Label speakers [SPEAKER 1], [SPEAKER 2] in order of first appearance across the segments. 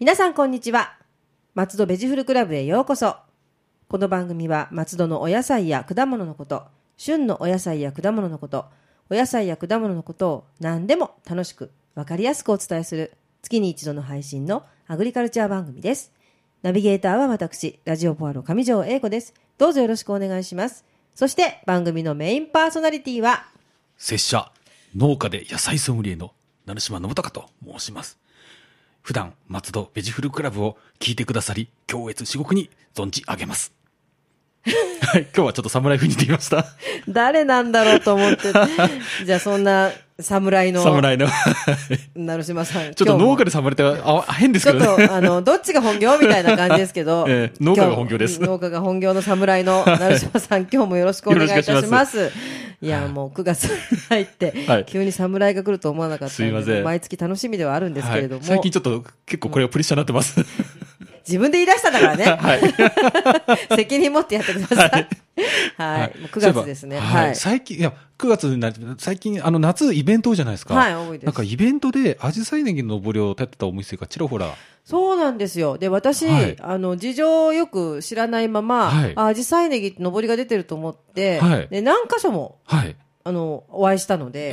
[SPEAKER 1] 皆さんこんにちは松戸ベジフルクラブへようこそこの番組は松戸のお野菜や果物のこと旬のお野菜や果物のことお野菜や果物のことを何でも楽しくわかりやすくお伝えする月に一度の配信のアグリカルチャー番組ですナビゲーターは私ラジオポアロ上条英子ですどうぞよろしくお願いしますそして番組のメインパーソナリティは
[SPEAKER 2] 拙者、農家で野菜ソムリエの成島信孝と申します。普段、松戸ベジフルクラブを聞いてくださり、強越至極に存じ上げます。 はい、今日はちょっと侍風に言ってみました。
[SPEAKER 1] 誰なんだろうと思 ってじゃあそんな侍の
[SPEAKER 2] 侍の。ち
[SPEAKER 1] 成島さん
[SPEAKER 2] ょっと
[SPEAKER 1] 今日も
[SPEAKER 2] 農家で侍ってああ変です
[SPEAKER 1] ち
[SPEAKER 2] け
[SPEAKER 1] ょ
[SPEAKER 2] ど
[SPEAKER 1] っ
[SPEAKER 2] ね。。
[SPEAKER 1] と、あの、どっちが本業みたいな感じですけど
[SPEAKER 2] ええ農家が本業です
[SPEAKER 1] 今日農家が本業の侍 の成島さん、今日もよろしくお願いいたし
[SPEAKER 2] よ
[SPEAKER 1] ま
[SPEAKER 2] ろ
[SPEAKER 1] す。い
[SPEAKER 2] しくお願いし
[SPEAKER 1] や、もう9月に入って、
[SPEAKER 2] はい
[SPEAKER 1] 急に侍が来ると思わなかった
[SPEAKER 2] すいま
[SPEAKER 1] の
[SPEAKER 2] せ
[SPEAKER 1] で、
[SPEAKER 2] ん
[SPEAKER 1] 毎月楽しみではあるんですけれども、
[SPEAKER 2] はい最近ちょっと結構これはプレッシャーになってます。
[SPEAKER 1] 自分で言い出したんだからね、
[SPEAKER 2] はい。
[SPEAKER 1] 責任持ってやってください。はい。もう9月ですね。
[SPEAKER 2] そういえば
[SPEAKER 1] は
[SPEAKER 2] はいい。。最近、いや、9月になって、最近、あの、夏イベント多いじゃないですか。
[SPEAKER 1] はい多いです
[SPEAKER 2] なんかイベントで、アジサイネギのぼりを立ってたお店がちらほら。
[SPEAKER 1] そうなんですよ。で、私、
[SPEAKER 2] はい
[SPEAKER 1] あの、事情をよく知らないまま、
[SPEAKER 2] はい
[SPEAKER 1] あ、アジサイネギって上りが出てると思って、
[SPEAKER 2] はい
[SPEAKER 1] で、何箇所も、
[SPEAKER 2] はい。
[SPEAKER 1] あの、お会いしたので、
[SPEAKER 2] え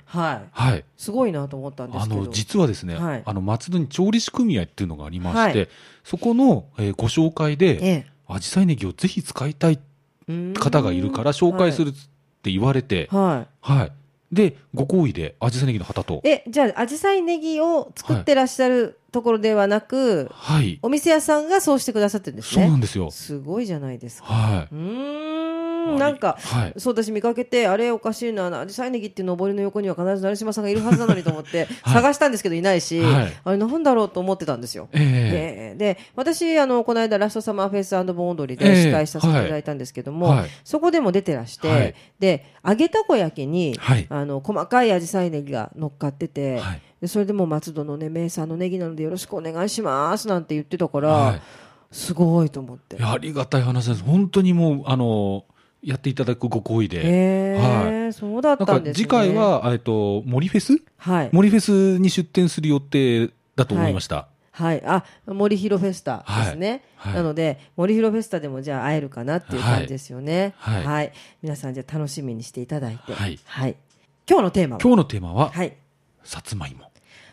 [SPEAKER 2] え
[SPEAKER 1] はい。
[SPEAKER 2] はい。
[SPEAKER 1] すごいなと思ったんです
[SPEAKER 2] あ
[SPEAKER 1] けど。
[SPEAKER 2] の実はですね、
[SPEAKER 1] はい
[SPEAKER 2] あの松戸に調理師組合っていうのがありまして、
[SPEAKER 1] は
[SPEAKER 2] そこの、えーご紹介
[SPEAKER 1] え
[SPEAKER 2] で、
[SPEAKER 1] え
[SPEAKER 2] アジサイネギをぜひ使いたいう
[SPEAKER 1] ーん
[SPEAKER 2] 方がいるから紹介するって言われて、
[SPEAKER 1] は
[SPEAKER 2] はいで、ご好意で、アジサイネギの旗と
[SPEAKER 1] い。、え、じゃあ、アジサイネギを作ってらっしゃるところではなく、
[SPEAKER 2] はい、
[SPEAKER 1] お店屋さんがそうしてくださってるんです
[SPEAKER 2] そうな
[SPEAKER 1] ね。
[SPEAKER 2] んですよ。
[SPEAKER 1] すごいじゃないですか。
[SPEAKER 2] は
[SPEAKER 1] うー
[SPEAKER 2] い。
[SPEAKER 1] ん、なんか、
[SPEAKER 2] はい。
[SPEAKER 1] そう私見かけて、あれおかしいな、アジサイネギっていうのぼりの横には必ず成島さんがいるはずなのにと思って、
[SPEAKER 2] はい
[SPEAKER 1] 探したんですけどいないし、
[SPEAKER 2] はい
[SPEAKER 1] あれなんだろうと思ってたんですよ。
[SPEAKER 2] え
[SPEAKER 1] ええで私あの、この間、ラストサマーフェイス盆踊りで司会させていただいたんですけども、
[SPEAKER 2] ええはい
[SPEAKER 1] そこでも出てらして、
[SPEAKER 2] はい
[SPEAKER 1] で揚げたこ焼きに、
[SPEAKER 2] はい
[SPEAKER 1] あの細かいアジサイネギが乗っかってて、
[SPEAKER 2] はい
[SPEAKER 1] でそれでもう松戸の、ね、名産のネギなのでよろしくお願いしますなんて言ってたから、
[SPEAKER 2] はい
[SPEAKER 1] すごいと思って
[SPEAKER 2] えい。やありがたい話です。本当にもう、あのやっていただくご好意で。
[SPEAKER 1] え
[SPEAKER 2] はい。
[SPEAKER 1] えそうだっ
[SPEAKER 2] な
[SPEAKER 1] た
[SPEAKER 2] ん
[SPEAKER 1] ん
[SPEAKER 2] か
[SPEAKER 1] ですね。
[SPEAKER 2] 次回は、えっと、森フェス
[SPEAKER 1] はい、
[SPEAKER 2] 森フェスに出店する予定だと思いました。
[SPEAKER 1] はい、あ森広フェスタですね、
[SPEAKER 2] はいは
[SPEAKER 1] な
[SPEAKER 2] い
[SPEAKER 1] ので森広フェスタでもじゃあ会えるかなっていう感じですよね
[SPEAKER 2] はいはい
[SPEAKER 1] 皆さんじゃあ楽しみにしていただいて
[SPEAKER 2] はい
[SPEAKER 1] 今日のテーマは
[SPEAKER 2] 今日のテーマは、
[SPEAKER 1] はい
[SPEAKER 2] さつまいも。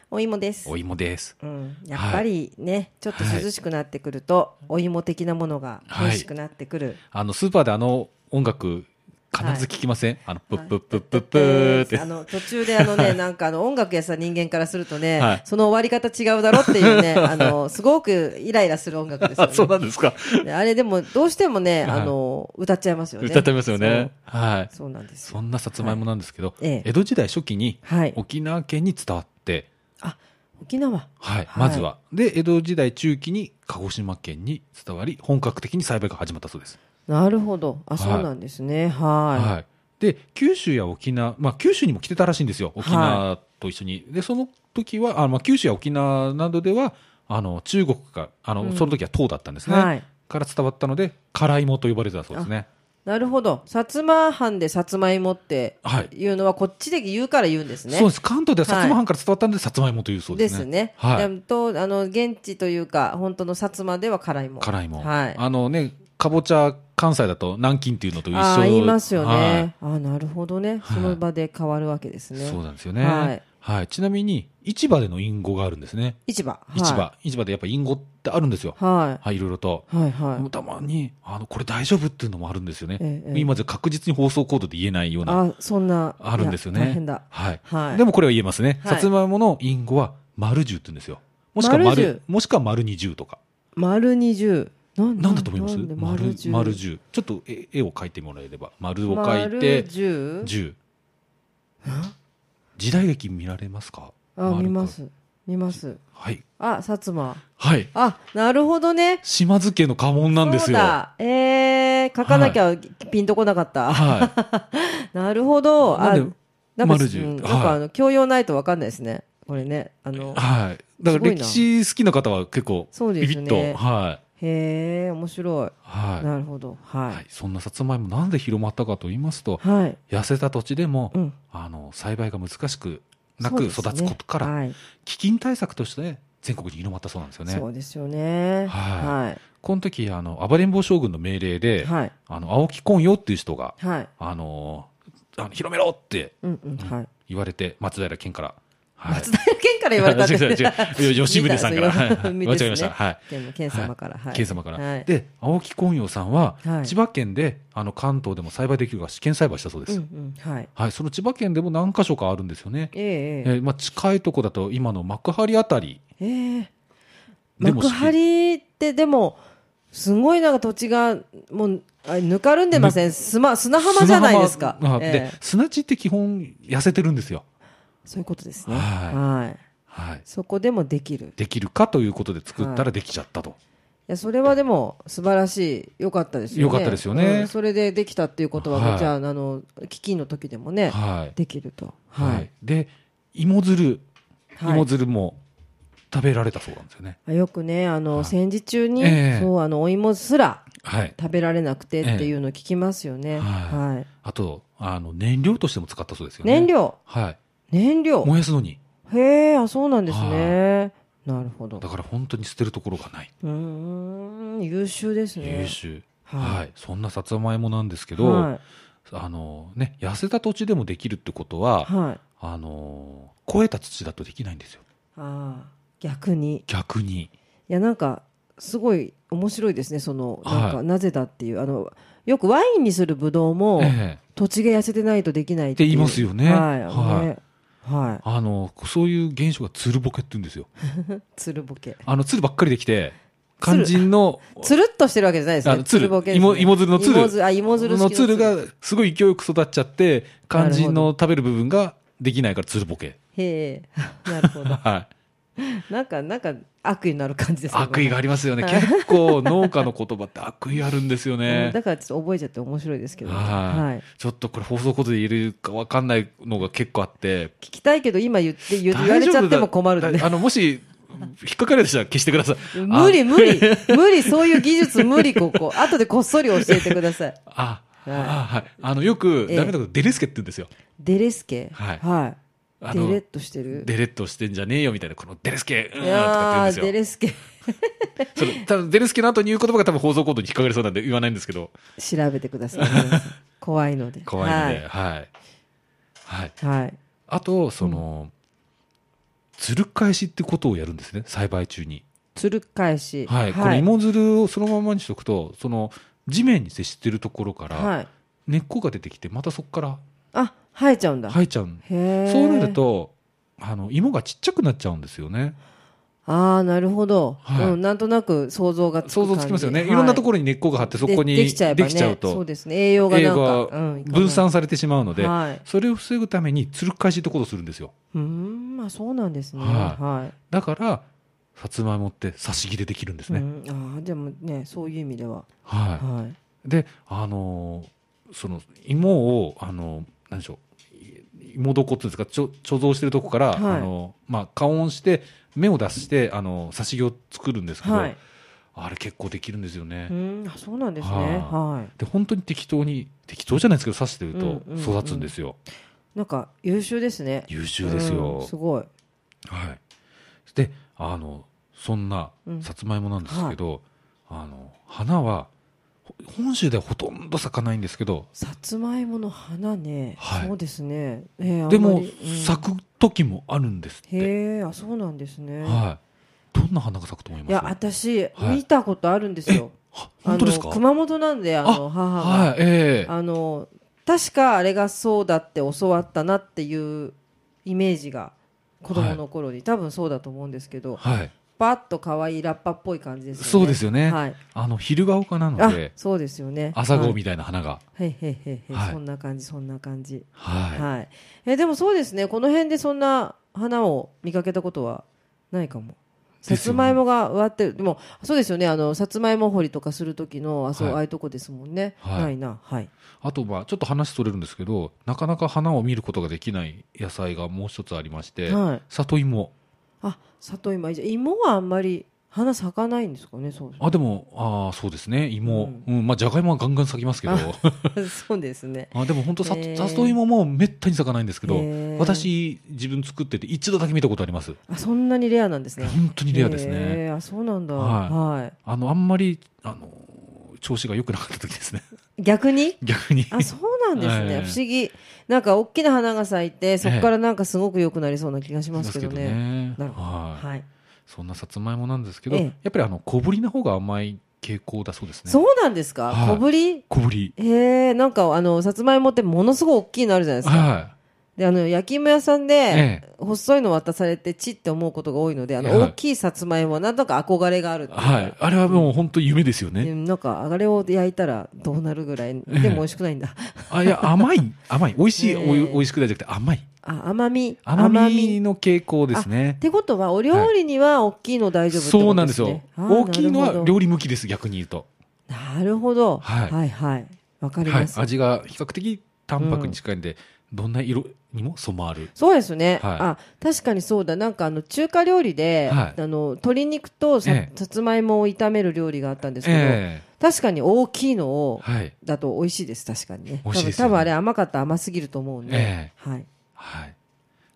[SPEAKER 1] お芋です
[SPEAKER 2] お芋です。
[SPEAKER 1] うん、やっぱりね、ちょっと涼しくなってくると、お芋的なものが
[SPEAKER 2] はい
[SPEAKER 1] 美味しくなってくる、
[SPEAKER 2] あの、スーパーであの音楽、必ず聞きません、あの、プップップップップーって。
[SPEAKER 1] あの途中であの ねなんかあの音楽やさ人間からするとね、
[SPEAKER 2] はい
[SPEAKER 1] その終わり方違うだろっていうねあのすごくイライラする音楽ですよ
[SPEAKER 2] あ、
[SPEAKER 1] ね
[SPEAKER 2] そうなんですか。
[SPEAKER 1] であれでもどうしてもね、
[SPEAKER 2] はい
[SPEAKER 1] あの歌っちゃいますよね。
[SPEAKER 2] 歌ってますよね。はい
[SPEAKER 1] そう。。そうなんです
[SPEAKER 2] そ
[SPEAKER 1] よ。
[SPEAKER 2] んなさつまいもなんですけど、
[SPEAKER 1] いええ
[SPEAKER 2] 江戸時代初期に
[SPEAKER 1] はい
[SPEAKER 2] 沖縄県に伝わって、
[SPEAKER 1] あ、沖縄。
[SPEAKER 2] はい、
[SPEAKER 1] はい
[SPEAKER 2] まずは。で、江戸時代中期に鹿児島県に伝わり、本格的に栽培が始まったそうです。
[SPEAKER 1] なるほど。あ、
[SPEAKER 2] はい
[SPEAKER 1] そうなんですね。は
[SPEAKER 2] はい。で、九州や沖縄、まあ九州にも来てたらしいんですよ。沖縄と一緒に。で、その時は、あまあ九州や沖縄などでは、あの、中国が、あの、
[SPEAKER 1] うん
[SPEAKER 2] その時は唐だったんですね。
[SPEAKER 1] はい
[SPEAKER 2] から伝わったので、辛芋と呼ばれてたそうですね。
[SPEAKER 1] い。なるほど。薩摩藩でさつまいもって
[SPEAKER 2] はい
[SPEAKER 1] いうのはこっちで言うから言うんですね。
[SPEAKER 2] そうです。関東では薩摩藩から伝わったので、薩摩芋というそうで
[SPEAKER 1] です
[SPEAKER 2] ね。
[SPEAKER 1] すね。
[SPEAKER 2] は
[SPEAKER 1] で
[SPEAKER 2] い。
[SPEAKER 1] もとあの現地というか本当の薩摩では辛いも。
[SPEAKER 2] 辛芋。
[SPEAKER 1] はい。
[SPEAKER 2] あのね、かぼちゃ、関西だと南京っていうのと一緒
[SPEAKER 1] あー、言いますよ
[SPEAKER 2] はい
[SPEAKER 1] ね。あ、なるほどね。
[SPEAKER 2] はい
[SPEAKER 1] その場で変わるわけですね。
[SPEAKER 2] そうなんですよね。
[SPEAKER 1] はい
[SPEAKER 2] はい。ちなみに、市場での隠語があるんですね。
[SPEAKER 1] 市場。はい
[SPEAKER 2] 市。場。市場でやっぱ隠語ってあるんですよ。
[SPEAKER 1] は
[SPEAKER 2] はい、いろいろと。
[SPEAKER 1] い。はいはい
[SPEAKER 2] でも。たまにあのこれ大丈夫っていうのもあるんですよね、
[SPEAKER 1] ええええ
[SPEAKER 2] 今じゃ確実に放送コードで言えないような、
[SPEAKER 1] あそんな
[SPEAKER 2] あるんですよね。
[SPEAKER 1] いや大変だ
[SPEAKER 2] はい
[SPEAKER 1] はい
[SPEAKER 2] でもこれは言えますね、
[SPEAKER 1] はい
[SPEAKER 2] さつまいもの隠語は丸十って言うんですよ、もしくは
[SPEAKER 1] 丸十
[SPEAKER 2] 丸もしくは丸二十とか、
[SPEAKER 1] 丸二十なん
[SPEAKER 2] なんだと思います
[SPEAKER 1] なんで
[SPEAKER 2] 丸
[SPEAKER 1] 十
[SPEAKER 2] 丸十ちょっと絵絵を描いてもらえれば、丸を描い
[SPEAKER 1] 丸
[SPEAKER 2] て、
[SPEAKER 1] 十
[SPEAKER 2] 十時代劇見られますか
[SPEAKER 1] あ
[SPEAKER 2] 丸
[SPEAKER 1] 見
[SPEAKER 2] く
[SPEAKER 1] ます見ます
[SPEAKER 2] はい、
[SPEAKER 1] あ薩摩
[SPEAKER 2] はい、
[SPEAKER 1] あなるほどね
[SPEAKER 2] 島津家の家紋なんです
[SPEAKER 1] そう
[SPEAKER 2] よ。
[SPEAKER 1] だえー、書かなきゃピンとこなかった、
[SPEAKER 2] は
[SPEAKER 1] なるほど あ
[SPEAKER 2] なんで
[SPEAKER 1] か
[SPEAKER 2] 丸十
[SPEAKER 1] うんなん
[SPEAKER 2] は
[SPEAKER 1] か
[SPEAKER 2] い
[SPEAKER 1] あの教養ないとわかんないですねこれねあの
[SPEAKER 2] い、はい、だ
[SPEAKER 1] す
[SPEAKER 2] か
[SPEAKER 1] ご
[SPEAKER 2] ら
[SPEAKER 1] いな
[SPEAKER 2] 歴史好きな方は結構
[SPEAKER 1] そうで
[SPEAKER 2] ビ
[SPEAKER 1] す
[SPEAKER 2] ビ
[SPEAKER 1] ね
[SPEAKER 2] ッと、はい、
[SPEAKER 1] へえ面白い、
[SPEAKER 2] は
[SPEAKER 1] なるほど
[SPEAKER 2] い、
[SPEAKER 1] はい
[SPEAKER 2] はい、そんなさつまいもなんで広まったかと言いますと
[SPEAKER 1] はい、
[SPEAKER 2] 痩せた土地でも、
[SPEAKER 1] うん
[SPEAKER 2] あの栽培が難しくな
[SPEAKER 1] そ
[SPEAKER 2] く
[SPEAKER 1] うで
[SPEAKER 2] 育
[SPEAKER 1] すね
[SPEAKER 2] つことから、
[SPEAKER 1] はい
[SPEAKER 2] 基金対策として全国に広まったそうなんですよね
[SPEAKER 1] そうですよね
[SPEAKER 2] は
[SPEAKER 1] は
[SPEAKER 2] この時あの暴れん坊将軍の命令
[SPEAKER 1] い
[SPEAKER 2] で、
[SPEAKER 1] はい
[SPEAKER 2] あの青木昆陽っていう人が、
[SPEAKER 1] はい
[SPEAKER 2] あのあの広めろって
[SPEAKER 1] うんうんはい
[SPEAKER 2] 言われて松平健から、はい、
[SPEAKER 1] 松平健から言われた
[SPEAKER 2] 違う 違う違ういや吉宗さんから、はいはい
[SPEAKER 1] 見た
[SPEAKER 2] 間違
[SPEAKER 1] そう
[SPEAKER 2] え
[SPEAKER 1] いう
[SPEAKER 2] ました、はい
[SPEAKER 1] でも健様からはい
[SPEAKER 2] 健様から、
[SPEAKER 1] はい
[SPEAKER 2] で青木昆陽さんは、
[SPEAKER 1] はい
[SPEAKER 2] 千葉県であの関東でも栽培できるが試験栽培したそうです、
[SPEAKER 1] うんうんはい
[SPEAKER 2] はい、その千葉県でも何箇所かあるんですよね、
[SPEAKER 1] えええ
[SPEAKER 2] えーまあ、近いとこだと今の幕張あたり
[SPEAKER 1] えええ
[SPEAKER 2] でも
[SPEAKER 1] 幕張ってでもすごいなんか土地がもうあぬかるんでません砂砂浜じゃないですか、
[SPEAKER 2] 砂浜あで
[SPEAKER 1] ええ
[SPEAKER 2] 砂地って基本痩せてるんですよ、
[SPEAKER 1] そういうことですね
[SPEAKER 2] は
[SPEAKER 1] はい
[SPEAKER 2] はい、
[SPEAKER 1] そこでもできるい
[SPEAKER 2] できるかということで作ったらできちゃったと、
[SPEAKER 1] やそれはでも素晴らしい良かったですよね
[SPEAKER 2] 良かったですよね
[SPEAKER 1] うんそれでできたっていうことは、
[SPEAKER 2] はい
[SPEAKER 1] じゃああの基金の時でもね、
[SPEAKER 2] はい
[SPEAKER 1] できると
[SPEAKER 2] はい
[SPEAKER 1] はい、
[SPEAKER 2] で芋づる
[SPEAKER 1] はい
[SPEAKER 2] 芋づるも食べられたそうなんですよね、
[SPEAKER 1] あよくねあの、
[SPEAKER 2] はい
[SPEAKER 1] 戦時中に、
[SPEAKER 2] ええ
[SPEAKER 1] そうあのお芋すら
[SPEAKER 2] はい、
[SPEAKER 1] 食べられなくてっていうのを聞きますよね、
[SPEAKER 2] ええ
[SPEAKER 1] はい
[SPEAKER 2] あとあの燃料としても使ったそうですよね
[SPEAKER 1] 燃料
[SPEAKER 2] はい
[SPEAKER 1] 燃料
[SPEAKER 2] 燃やすのに
[SPEAKER 1] へえあそうなんですねなるほど
[SPEAKER 2] だから本当に捨てるところがない、
[SPEAKER 1] うーん優秀ですね
[SPEAKER 2] 優秀
[SPEAKER 1] はい
[SPEAKER 2] はい、そんなさつまいもなんですけど、
[SPEAKER 1] は
[SPEAKER 2] あのね、痩せた土地でもできるってこと
[SPEAKER 1] い、
[SPEAKER 2] は、
[SPEAKER 1] はい、
[SPEAKER 2] あの超えた土だとできないんですよ
[SPEAKER 1] ああ逆に
[SPEAKER 2] 逆に
[SPEAKER 1] いやなんかすごい面白いですねその
[SPEAKER 2] はい
[SPEAKER 1] なんかなぜだっていう、あのよくワインにするブドウも、
[SPEAKER 2] ええ
[SPEAKER 1] 土地が痩せてないとできない
[SPEAKER 2] って言いますよね
[SPEAKER 1] はい
[SPEAKER 2] はい
[SPEAKER 1] ねはい
[SPEAKER 2] あのそういう現象がつるボケって言うんですよ
[SPEAKER 1] つるぼけ
[SPEAKER 2] あのつるばっかりできて肝心の
[SPEAKER 1] つるっとしてるわけじゃないです
[SPEAKER 2] あ
[SPEAKER 1] ね
[SPEAKER 2] のつる
[SPEAKER 1] ぼけですね
[SPEAKER 2] 芋芋づるのつる
[SPEAKER 1] 芋あ芋づる
[SPEAKER 2] の
[SPEAKER 1] 式
[SPEAKER 2] つるがすごい勢いよく育っちゃって肝心の食べる部分ができないからつる ボケ
[SPEAKER 1] へえなるほど
[SPEAKER 2] はい
[SPEAKER 1] なんかなんか悪意のある感じですね
[SPEAKER 2] 悪意がありますよね
[SPEAKER 1] はい
[SPEAKER 2] 結構農家の言葉って悪意あるんですよ
[SPEAKER 1] う
[SPEAKER 2] ね
[SPEAKER 1] んだからちょっと覚えちゃって面白いですけどね
[SPEAKER 2] はい
[SPEAKER 1] はい
[SPEAKER 2] ちょっとこれ放送ことで言えるか分かんないのが結構あって
[SPEAKER 1] 聞きたいけど今言って言言わ
[SPEAKER 2] 大
[SPEAKER 1] れ
[SPEAKER 2] 丈夫
[SPEAKER 1] ち
[SPEAKER 2] だ
[SPEAKER 1] ゃっても困るんで
[SPEAKER 2] だあのもし引っかかるでしたら消してください
[SPEAKER 1] 無理無理 無理そういう技術無理ここ後でこっそり教えてください
[SPEAKER 2] ああ、
[SPEAKER 1] はい
[SPEAKER 2] はい。あの、よく、
[SPEAKER 1] ええ
[SPEAKER 2] ダメなこと、デレスケって言うんですよ。
[SPEAKER 1] デレスケ
[SPEAKER 2] はい
[SPEAKER 1] はい
[SPEAKER 2] あの
[SPEAKER 1] デレッとしてる
[SPEAKER 2] デレッとしてんじゃねえよ、みたいな、このデレスケ、う
[SPEAKER 1] い
[SPEAKER 2] ーん、とか
[SPEAKER 1] や
[SPEAKER 2] って
[SPEAKER 1] ー
[SPEAKER 2] 言
[SPEAKER 1] デ
[SPEAKER 2] うんで
[SPEAKER 1] レスケ
[SPEAKER 2] すよ。その多分デレスケの後に言う言葉が多分放送コードに引っかかりそうなんで言わないんですけど、
[SPEAKER 1] 調べてくだ さい。怖いので。
[SPEAKER 2] 怖いので、はい。はい。
[SPEAKER 1] はい。はい。
[SPEAKER 2] あと、その、つる返しってことをやるんですね、栽培中に。
[SPEAKER 1] つる返し。
[SPEAKER 2] はい。こ
[SPEAKER 1] は
[SPEAKER 2] の
[SPEAKER 1] い。
[SPEAKER 2] 芋づるをそのままにしとくと、その、地面に接してるところから、
[SPEAKER 1] はい
[SPEAKER 2] 根っこが出てきて、またそこから
[SPEAKER 1] あ、生えちゃうんだ。
[SPEAKER 2] 生えちゃうん。
[SPEAKER 1] へえ。
[SPEAKER 2] そうなる。と、あの、芋がちっちゃくなっちゃうんですよね。
[SPEAKER 1] ああ、なるほど。
[SPEAKER 2] はい
[SPEAKER 1] うん、なんとなく想像がつく
[SPEAKER 2] 想
[SPEAKER 1] 感じ。
[SPEAKER 2] 像つきますよね、い、ろんなところに根っこが張ってそこに
[SPEAKER 1] で
[SPEAKER 2] で
[SPEAKER 1] で
[SPEAKER 2] き
[SPEAKER 1] き
[SPEAKER 2] ち
[SPEAKER 1] ち
[SPEAKER 2] ゃ
[SPEAKER 1] ゃ
[SPEAKER 2] う
[SPEAKER 1] えばねそ
[SPEAKER 2] と
[SPEAKER 1] うですね。栄養が
[SPEAKER 2] 栄
[SPEAKER 1] なん
[SPEAKER 2] 養
[SPEAKER 1] か。
[SPEAKER 2] が
[SPEAKER 1] うん
[SPEAKER 2] 分。
[SPEAKER 1] いかない
[SPEAKER 2] 散されてしまうので、
[SPEAKER 1] はい。
[SPEAKER 2] それを防ぐためにつるっ返しってことをするんですよ
[SPEAKER 1] うーん、まあそうなんですね。
[SPEAKER 2] はい
[SPEAKER 1] は
[SPEAKER 2] だからさつまいもって差し切れできるんです
[SPEAKER 1] い。う
[SPEAKER 2] ね、
[SPEAKER 1] ん、ああ、でもね、そういう意味では。
[SPEAKER 2] は
[SPEAKER 1] はい
[SPEAKER 2] であのーその芋をあのー何でしょうい芋床っていうんですかちょ貯蔵してるとこか
[SPEAKER 1] は
[SPEAKER 2] ら、
[SPEAKER 1] い
[SPEAKER 2] あのーまあ加温して芽を出してあのー差し木を作るんですけ
[SPEAKER 1] い。
[SPEAKER 2] ど、
[SPEAKER 1] はい。
[SPEAKER 2] あれ結構できるんですよね、
[SPEAKER 1] うん、あ、そうなんですね。
[SPEAKER 2] は
[SPEAKER 1] はい。
[SPEAKER 2] で本当に適当に適当じゃないですけど刺してると
[SPEAKER 1] うんうんうん
[SPEAKER 2] 育つんですよ、
[SPEAKER 1] なんか優秀ですね。
[SPEAKER 2] 優秀です
[SPEAKER 1] うん
[SPEAKER 2] よ、
[SPEAKER 1] すごい。
[SPEAKER 2] はい、であのそんな
[SPEAKER 1] うん
[SPEAKER 2] さつまいもなんですけど、あの花はほ本州ではほとんど咲かないんですけど
[SPEAKER 1] さつまいもの花ね、
[SPEAKER 2] はい
[SPEAKER 1] そうですね、えー
[SPEAKER 2] で
[SPEAKER 1] あん
[SPEAKER 2] も
[SPEAKER 1] まりうん
[SPEAKER 2] 咲く時もあるんですって、
[SPEAKER 1] へえあそうなんですね、
[SPEAKER 2] はい、どんな花が咲くと思い
[SPEAKER 1] い、や
[SPEAKER 2] ます
[SPEAKER 1] 私、
[SPEAKER 2] はい
[SPEAKER 1] 見たことあるんですよ
[SPEAKER 2] あ
[SPEAKER 1] あの
[SPEAKER 2] 本当ですか
[SPEAKER 1] 熊本なんであの母が、
[SPEAKER 2] はいええ
[SPEAKER 1] あの確かあれがそうだって教わったなっていうイメージが子供の頃に、多分そうだと思うんですけど、
[SPEAKER 2] はい
[SPEAKER 1] パッと可愛いラッパっぽい感じですよね
[SPEAKER 2] そうですよね
[SPEAKER 1] はい、
[SPEAKER 2] あの昼顔かなの
[SPEAKER 1] あ
[SPEAKER 2] で
[SPEAKER 1] そうですよね
[SPEAKER 2] 朝顔
[SPEAKER 1] はい
[SPEAKER 2] みたいな花が
[SPEAKER 1] へいへいへいへい
[SPEAKER 2] はい
[SPEAKER 1] そんな感じそんな感じ
[SPEAKER 2] はい、
[SPEAKER 1] はい、えでもそうですねこの辺でそんな花を見かけたことはないかも
[SPEAKER 2] すよね
[SPEAKER 1] さつまいもが割ってるでもそうですよねあのさつまいも掘りとかする時のあそう、
[SPEAKER 2] はい
[SPEAKER 1] ああいうとこですもんね、
[SPEAKER 2] はい
[SPEAKER 1] ないなはい
[SPEAKER 2] あとまあちょっと話それるんですけどなかなか花を見ることができない野菜がもう一つありまして、
[SPEAKER 1] はい
[SPEAKER 2] 里芋
[SPEAKER 1] あ里芋いじゃ芋はあんまり花咲かないんですかねそう
[SPEAKER 2] あでもあーそうですね芋、
[SPEAKER 1] う
[SPEAKER 2] うんまあ、じゃがいもはガンガン咲きますけど
[SPEAKER 1] あ そうですね
[SPEAKER 2] あでも本当さ
[SPEAKER 1] へー
[SPEAKER 2] 里芋もめったに咲かないんですけ
[SPEAKER 1] へ
[SPEAKER 2] ど
[SPEAKER 1] ー
[SPEAKER 2] 私自分作ってて一度だけ見たことあります
[SPEAKER 1] あそんなにレアなんですね
[SPEAKER 2] 本当にレアですね
[SPEAKER 1] へーあそうなんだ
[SPEAKER 2] はい
[SPEAKER 1] は
[SPEAKER 2] あのあんまりあの調子が良くなかった時ですね
[SPEAKER 1] い逆に
[SPEAKER 2] 逆に
[SPEAKER 1] あそうなんですね、
[SPEAKER 2] ええ
[SPEAKER 1] 不思議なんか大きな花が咲いてそこからなんかすごく良くなりそうな気がしますけ どね,、
[SPEAKER 2] ね
[SPEAKER 1] なるほど
[SPEAKER 2] はい
[SPEAKER 1] はい、
[SPEAKER 2] そんなさつまいもなんですけど、
[SPEAKER 1] ええ
[SPEAKER 2] やっぱりあの小ぶりな方が甘い傾向だそうですね
[SPEAKER 1] そうなんですか、
[SPEAKER 2] はい
[SPEAKER 1] 小ぶり
[SPEAKER 2] 小ぶり
[SPEAKER 1] えー、なんかあのさつまいもってものすごい大きいのあるじゃないですか、
[SPEAKER 2] は
[SPEAKER 1] であの焼き芋屋さんで、
[SPEAKER 2] え
[SPEAKER 1] 細いの渡されてちって思うことが多いのであの、
[SPEAKER 2] ええはい
[SPEAKER 1] 大きいさつまいもはなんとか憧れがあるって
[SPEAKER 2] い、
[SPEAKER 1] いうか
[SPEAKER 2] はい、あれはもう本当夢ですよ
[SPEAKER 1] う
[SPEAKER 2] ね、
[SPEAKER 1] んなんかあれを焼いたらどうなるぐらいでも美味しくないんだ、
[SPEAKER 2] あいや甘い甘い美味し い、
[SPEAKER 1] え
[SPEAKER 2] お
[SPEAKER 1] え
[SPEAKER 2] い美味しくないじゃなくて甘い
[SPEAKER 1] あ甘み
[SPEAKER 2] 甘みの傾向です
[SPEAKER 1] っ
[SPEAKER 2] ね
[SPEAKER 1] てことはお料理には大きいの大丈夫ってこと
[SPEAKER 2] そうなんですよ
[SPEAKER 1] ねあー
[SPEAKER 2] 大きいの
[SPEAKER 1] なる
[SPEAKER 2] は
[SPEAKER 1] ほど
[SPEAKER 2] 料理向きです逆に言うと、
[SPEAKER 1] なるほど、は、
[SPEAKER 2] はいい
[SPEAKER 1] はいわかり
[SPEAKER 2] はい
[SPEAKER 1] ま、す、
[SPEAKER 2] 味が比較的淡白に近いんで、どんな色にも染まる
[SPEAKER 1] そうですね、
[SPEAKER 2] はい
[SPEAKER 1] あ確かにそうだなんかあの中華料理で、
[SPEAKER 2] はい
[SPEAKER 1] あの鶏肉とさ,、
[SPEAKER 2] ええ
[SPEAKER 1] つまいもを炒める料理があったんですけど、
[SPEAKER 2] え
[SPEAKER 1] 確かに大きいの
[SPEAKER 2] え
[SPEAKER 1] を
[SPEAKER 2] はい
[SPEAKER 1] だと美味しいです確かにね
[SPEAKER 2] 美味しいです
[SPEAKER 1] 多分多
[SPEAKER 2] よね
[SPEAKER 1] 分あれ甘かったら甘すぎると思うんで、
[SPEAKER 2] え
[SPEAKER 1] はい、
[SPEAKER 2] はい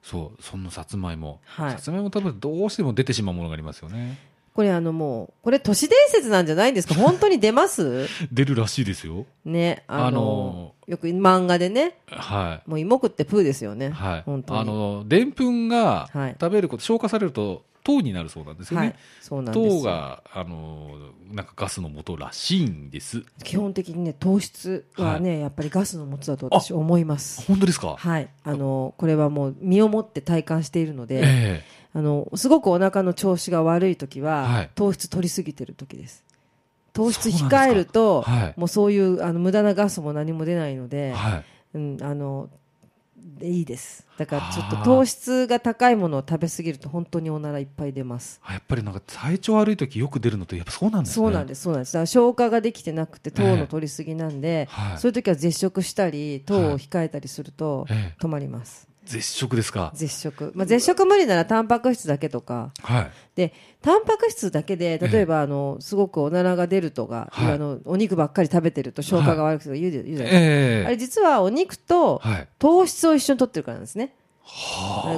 [SPEAKER 2] そうそのさつまいも、
[SPEAKER 1] はい
[SPEAKER 2] さつまいも食べるとどうしても出てしまうものがありますよね
[SPEAKER 1] これあのもうこれ都市伝説なんじゃないんですか本当に出ます
[SPEAKER 2] 出るらしいですよ
[SPEAKER 1] ねあの
[SPEAKER 2] あの
[SPEAKER 1] よく漫画でね
[SPEAKER 2] はい
[SPEAKER 1] もう芋食ってプーですよね、
[SPEAKER 2] はい、
[SPEAKER 1] 本当に
[SPEAKER 2] あのでんぷんが
[SPEAKER 1] はい
[SPEAKER 2] 食べること、消化されると糖になるそうなんですよ
[SPEAKER 1] はい
[SPEAKER 2] ね、、
[SPEAKER 1] そうなんですよ
[SPEAKER 2] 糖があのなんかガスの元らしいんです
[SPEAKER 1] 基本的にね糖質はね、やっぱりガスの持つだと私思います
[SPEAKER 2] 本当ですか、
[SPEAKER 1] はいあのこれはもう身をもって体感しているので、
[SPEAKER 2] え
[SPEAKER 1] あのすごくお腹の調子が悪い時は、
[SPEAKER 2] はい
[SPEAKER 1] 糖質取りすぎてる時です糖質
[SPEAKER 2] そ
[SPEAKER 1] 控
[SPEAKER 2] うなんですか
[SPEAKER 1] えると
[SPEAKER 2] はい
[SPEAKER 1] もうそういうあの無駄なガスも何も出ないので、
[SPEAKER 2] えはい
[SPEAKER 1] うん、あのでいいですだからちょっと
[SPEAKER 2] あー
[SPEAKER 1] 糖質が高いものを食べ過ぎると本当におならいっぱい出ます
[SPEAKER 2] あやっぱりなんか体調悪い時よく出るのってやっぱそうなんですね
[SPEAKER 1] そうなん
[SPEAKER 2] す、
[SPEAKER 1] ですそうなんですだから消化ができてなくて糖の取りすぎなんで、
[SPEAKER 2] はい
[SPEAKER 1] そういう時は絶食したり糖を控えたりすると
[SPEAKER 2] ええ
[SPEAKER 1] 止まります、
[SPEAKER 2] 絶食ですか
[SPEAKER 1] 絶食、まあ、絶食無理ならタンパク質だけとか
[SPEAKER 2] はい
[SPEAKER 1] でタンパク質だけで例えばあのすごくおならが出るとか、
[SPEAKER 2] はい
[SPEAKER 1] あのお肉ばっかり食べてると消化が悪くて言うじゃ言うじゃないですか、あ
[SPEAKER 2] ええ
[SPEAKER 1] れ実はお肉と
[SPEAKER 2] はい
[SPEAKER 1] 糖質を一緒に取ってるからなんですね、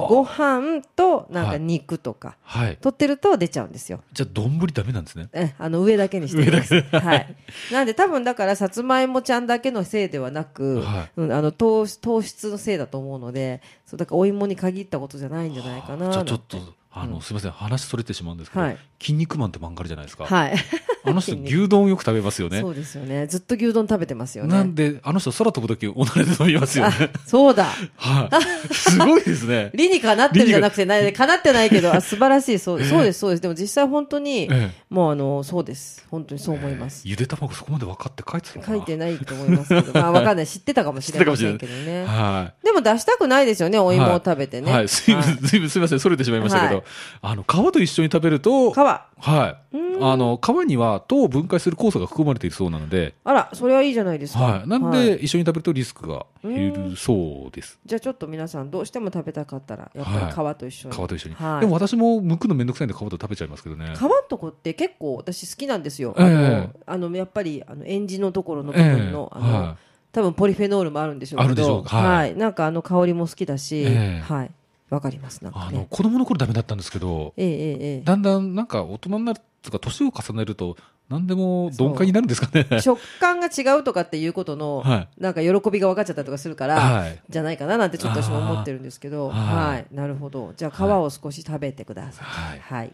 [SPEAKER 1] ご飯となんか肉とか、
[SPEAKER 2] はい
[SPEAKER 1] 取ってると出ちゃうんですよ
[SPEAKER 2] じゃあ丼ダメなんですね
[SPEAKER 1] えあの上だけにしておきます。はい。なんで多分だからさつまいもちゃんだけのせいではなく、
[SPEAKER 2] はい
[SPEAKER 1] うんあの糖糖質のせいだと思うので、そうだからお芋に限ったことじゃないんじゃないかな。
[SPEAKER 2] じゃあちょっと
[SPEAKER 1] なんて
[SPEAKER 2] あの、すみません話それてしまうんですけど、
[SPEAKER 1] はい
[SPEAKER 2] 筋肉マンって漫画あるじゃないですか、
[SPEAKER 1] はい。
[SPEAKER 2] あの人牛丼よく食べますよね
[SPEAKER 1] そうですよね。ずっと牛丼食べてますよね。
[SPEAKER 2] なんであの人空飛ぶ時おならで飛びますよ
[SPEAKER 1] あ
[SPEAKER 2] ね、
[SPEAKER 1] そうだ。
[SPEAKER 2] はい。すごいですね。
[SPEAKER 1] 理にかなってるじゃなくて、ないかなってないけど、あ素晴らしい、 そうそうです、そうです。でも実際本当に、
[SPEAKER 2] え
[SPEAKER 1] もうあの、そうです。本当にそう思います。
[SPEAKER 2] ゆで卵そこまで分かって書いてたのか
[SPEAKER 1] 書
[SPEAKER 2] な。
[SPEAKER 1] いてないと思いますけど、まあわかんない。知ってたかもしれませんけどね。
[SPEAKER 2] は
[SPEAKER 1] でも出したくないですよね、お
[SPEAKER 2] い。
[SPEAKER 1] 芋を食べてね。
[SPEAKER 2] はい。すいま
[SPEAKER 1] は
[SPEAKER 2] せ
[SPEAKER 1] い
[SPEAKER 2] ん、すいません、それてしまいましたけ
[SPEAKER 1] は
[SPEAKER 2] ど、あの、皮と一緒に食べると、はい。
[SPEAKER 1] 皮。
[SPEAKER 2] あの、皮には糖を分解する酵素が含まれているそうなので、
[SPEAKER 1] あら、それはいいじゃないですか。
[SPEAKER 2] はい。なん
[SPEAKER 1] はい
[SPEAKER 2] で、一緒に食べるとリスクが減るそうです。
[SPEAKER 1] じゃあちょっと皆さん、どうしても食べたかったら、やっぱり皮と一緒
[SPEAKER 2] 皮
[SPEAKER 1] に。
[SPEAKER 2] と一緒に。
[SPEAKER 1] はい
[SPEAKER 2] でも私も剥くのめんどくさいんで皮と食べちゃいますけどね。
[SPEAKER 1] 皮のとこって結構私好きなんですよ。
[SPEAKER 2] ええ
[SPEAKER 1] あの、あのやっぱり、あの、エンジのところの部分の、あの、
[SPEAKER 2] は
[SPEAKER 1] 多分ポリフェノールもあるんでしょうけど。
[SPEAKER 2] あるでしょうか
[SPEAKER 1] は。
[SPEAKER 2] はい
[SPEAKER 1] なんかあの香りも好きだし、
[SPEAKER 2] ええ
[SPEAKER 1] はい。わかります、なん
[SPEAKER 2] い。
[SPEAKER 1] か
[SPEAKER 2] あの、
[SPEAKER 1] ね。
[SPEAKER 2] 子供の頃ダメだったんですけど、
[SPEAKER 1] えええええ
[SPEAKER 2] だんだんなんか大人になるとか年を重ねると何でも鈍感になるんですかね。
[SPEAKER 1] え。食感が違うとかっていうことの、
[SPEAKER 2] は
[SPEAKER 1] なんか喜びが分かっちゃったりとかするから、
[SPEAKER 2] はい
[SPEAKER 1] じゃないかななんてちょっと私も思ってるんですけど、
[SPEAKER 2] あー
[SPEAKER 1] はい、なるほど。じゃあ皮を少し食べてください。
[SPEAKER 2] はい
[SPEAKER 1] はい。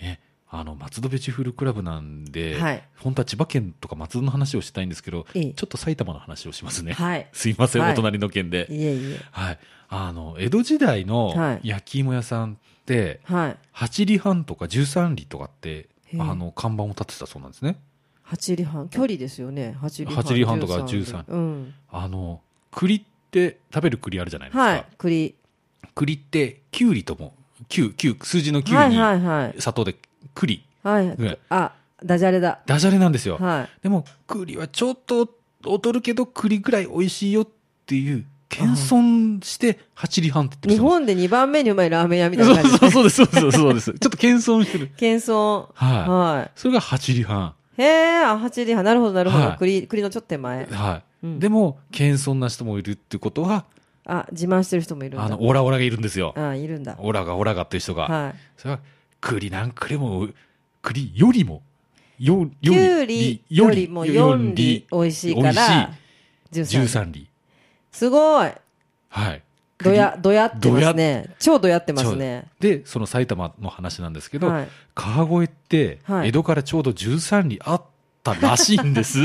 [SPEAKER 2] えあの松戸ベジフルクラブなんで、
[SPEAKER 1] はい
[SPEAKER 2] 本当は千葉県とか松戸の話をしたいんですけど、
[SPEAKER 1] ええ
[SPEAKER 2] ちょっと埼玉の話をしますね、
[SPEAKER 1] はい
[SPEAKER 2] すいません、
[SPEAKER 1] はい
[SPEAKER 2] お隣の県で、
[SPEAKER 1] いえいえ。
[SPEAKER 2] はい、あの江戸時代
[SPEAKER 1] は
[SPEAKER 2] の
[SPEAKER 1] い
[SPEAKER 2] 焼き芋屋さんって、
[SPEAKER 1] はい。
[SPEAKER 2] 8里半とか13里とかって
[SPEAKER 1] へえ
[SPEAKER 2] あの看板を立ててたそうなんですね
[SPEAKER 1] 八里半、距離ですよね。八里半。
[SPEAKER 2] 八里半とか
[SPEAKER 1] 13
[SPEAKER 2] 13
[SPEAKER 1] うん。
[SPEAKER 2] あの栗って食べる栗あるじゃないですか、
[SPEAKER 1] はい。栗。
[SPEAKER 2] 栗ってきゅうりとも9 9数字の
[SPEAKER 1] は
[SPEAKER 2] 9
[SPEAKER 1] い
[SPEAKER 2] に
[SPEAKER 1] はいはい。
[SPEAKER 2] 砂糖で栗
[SPEAKER 1] はい。
[SPEAKER 2] ぐらい
[SPEAKER 1] あ、ダジャレだ。
[SPEAKER 2] ダジャレなんですよ、
[SPEAKER 1] は
[SPEAKER 2] でも栗はちょっと劣るけど栗ぐらい美味しいよっていう謙遜して8里半って
[SPEAKER 1] 日
[SPEAKER 2] 言ってまし
[SPEAKER 1] 本で2番目にうまいラーメン屋みたい
[SPEAKER 2] た
[SPEAKER 1] な
[SPEAKER 2] も
[SPEAKER 1] 感じ
[SPEAKER 2] んそうそうそうです、そうです、そうです。ちょっと謙遜してる。
[SPEAKER 1] 謙遜。
[SPEAKER 2] はい
[SPEAKER 1] は
[SPEAKER 2] それが8里半。
[SPEAKER 1] い。へえ、あ、八里派。なるほど、なるほど
[SPEAKER 2] は。い
[SPEAKER 1] 栗、栗のちょっと手前。
[SPEAKER 2] は
[SPEAKER 1] う
[SPEAKER 2] い。
[SPEAKER 1] ん
[SPEAKER 2] でも、謙遜な人もいるってことは、
[SPEAKER 1] あ、自慢してる人もいるんだ。
[SPEAKER 2] あの、オラオラがいるんですよ。
[SPEAKER 1] あ、いるんだ。
[SPEAKER 2] オラがオラがっていう人が。
[SPEAKER 1] はい。
[SPEAKER 2] それは、栗なんくれも、栗よりも、よ、よ
[SPEAKER 1] きゅうりよりも4里美味しいから、
[SPEAKER 2] 十
[SPEAKER 1] 13。
[SPEAKER 2] 三里。
[SPEAKER 1] すごい。
[SPEAKER 2] はい。
[SPEAKER 1] どや、どやってますね。超どやってますね。
[SPEAKER 2] で、その埼玉の話なんですけど、
[SPEAKER 1] はい。
[SPEAKER 2] 川越って、
[SPEAKER 1] はい
[SPEAKER 2] 江戸からちょうど13里あったらしい んです。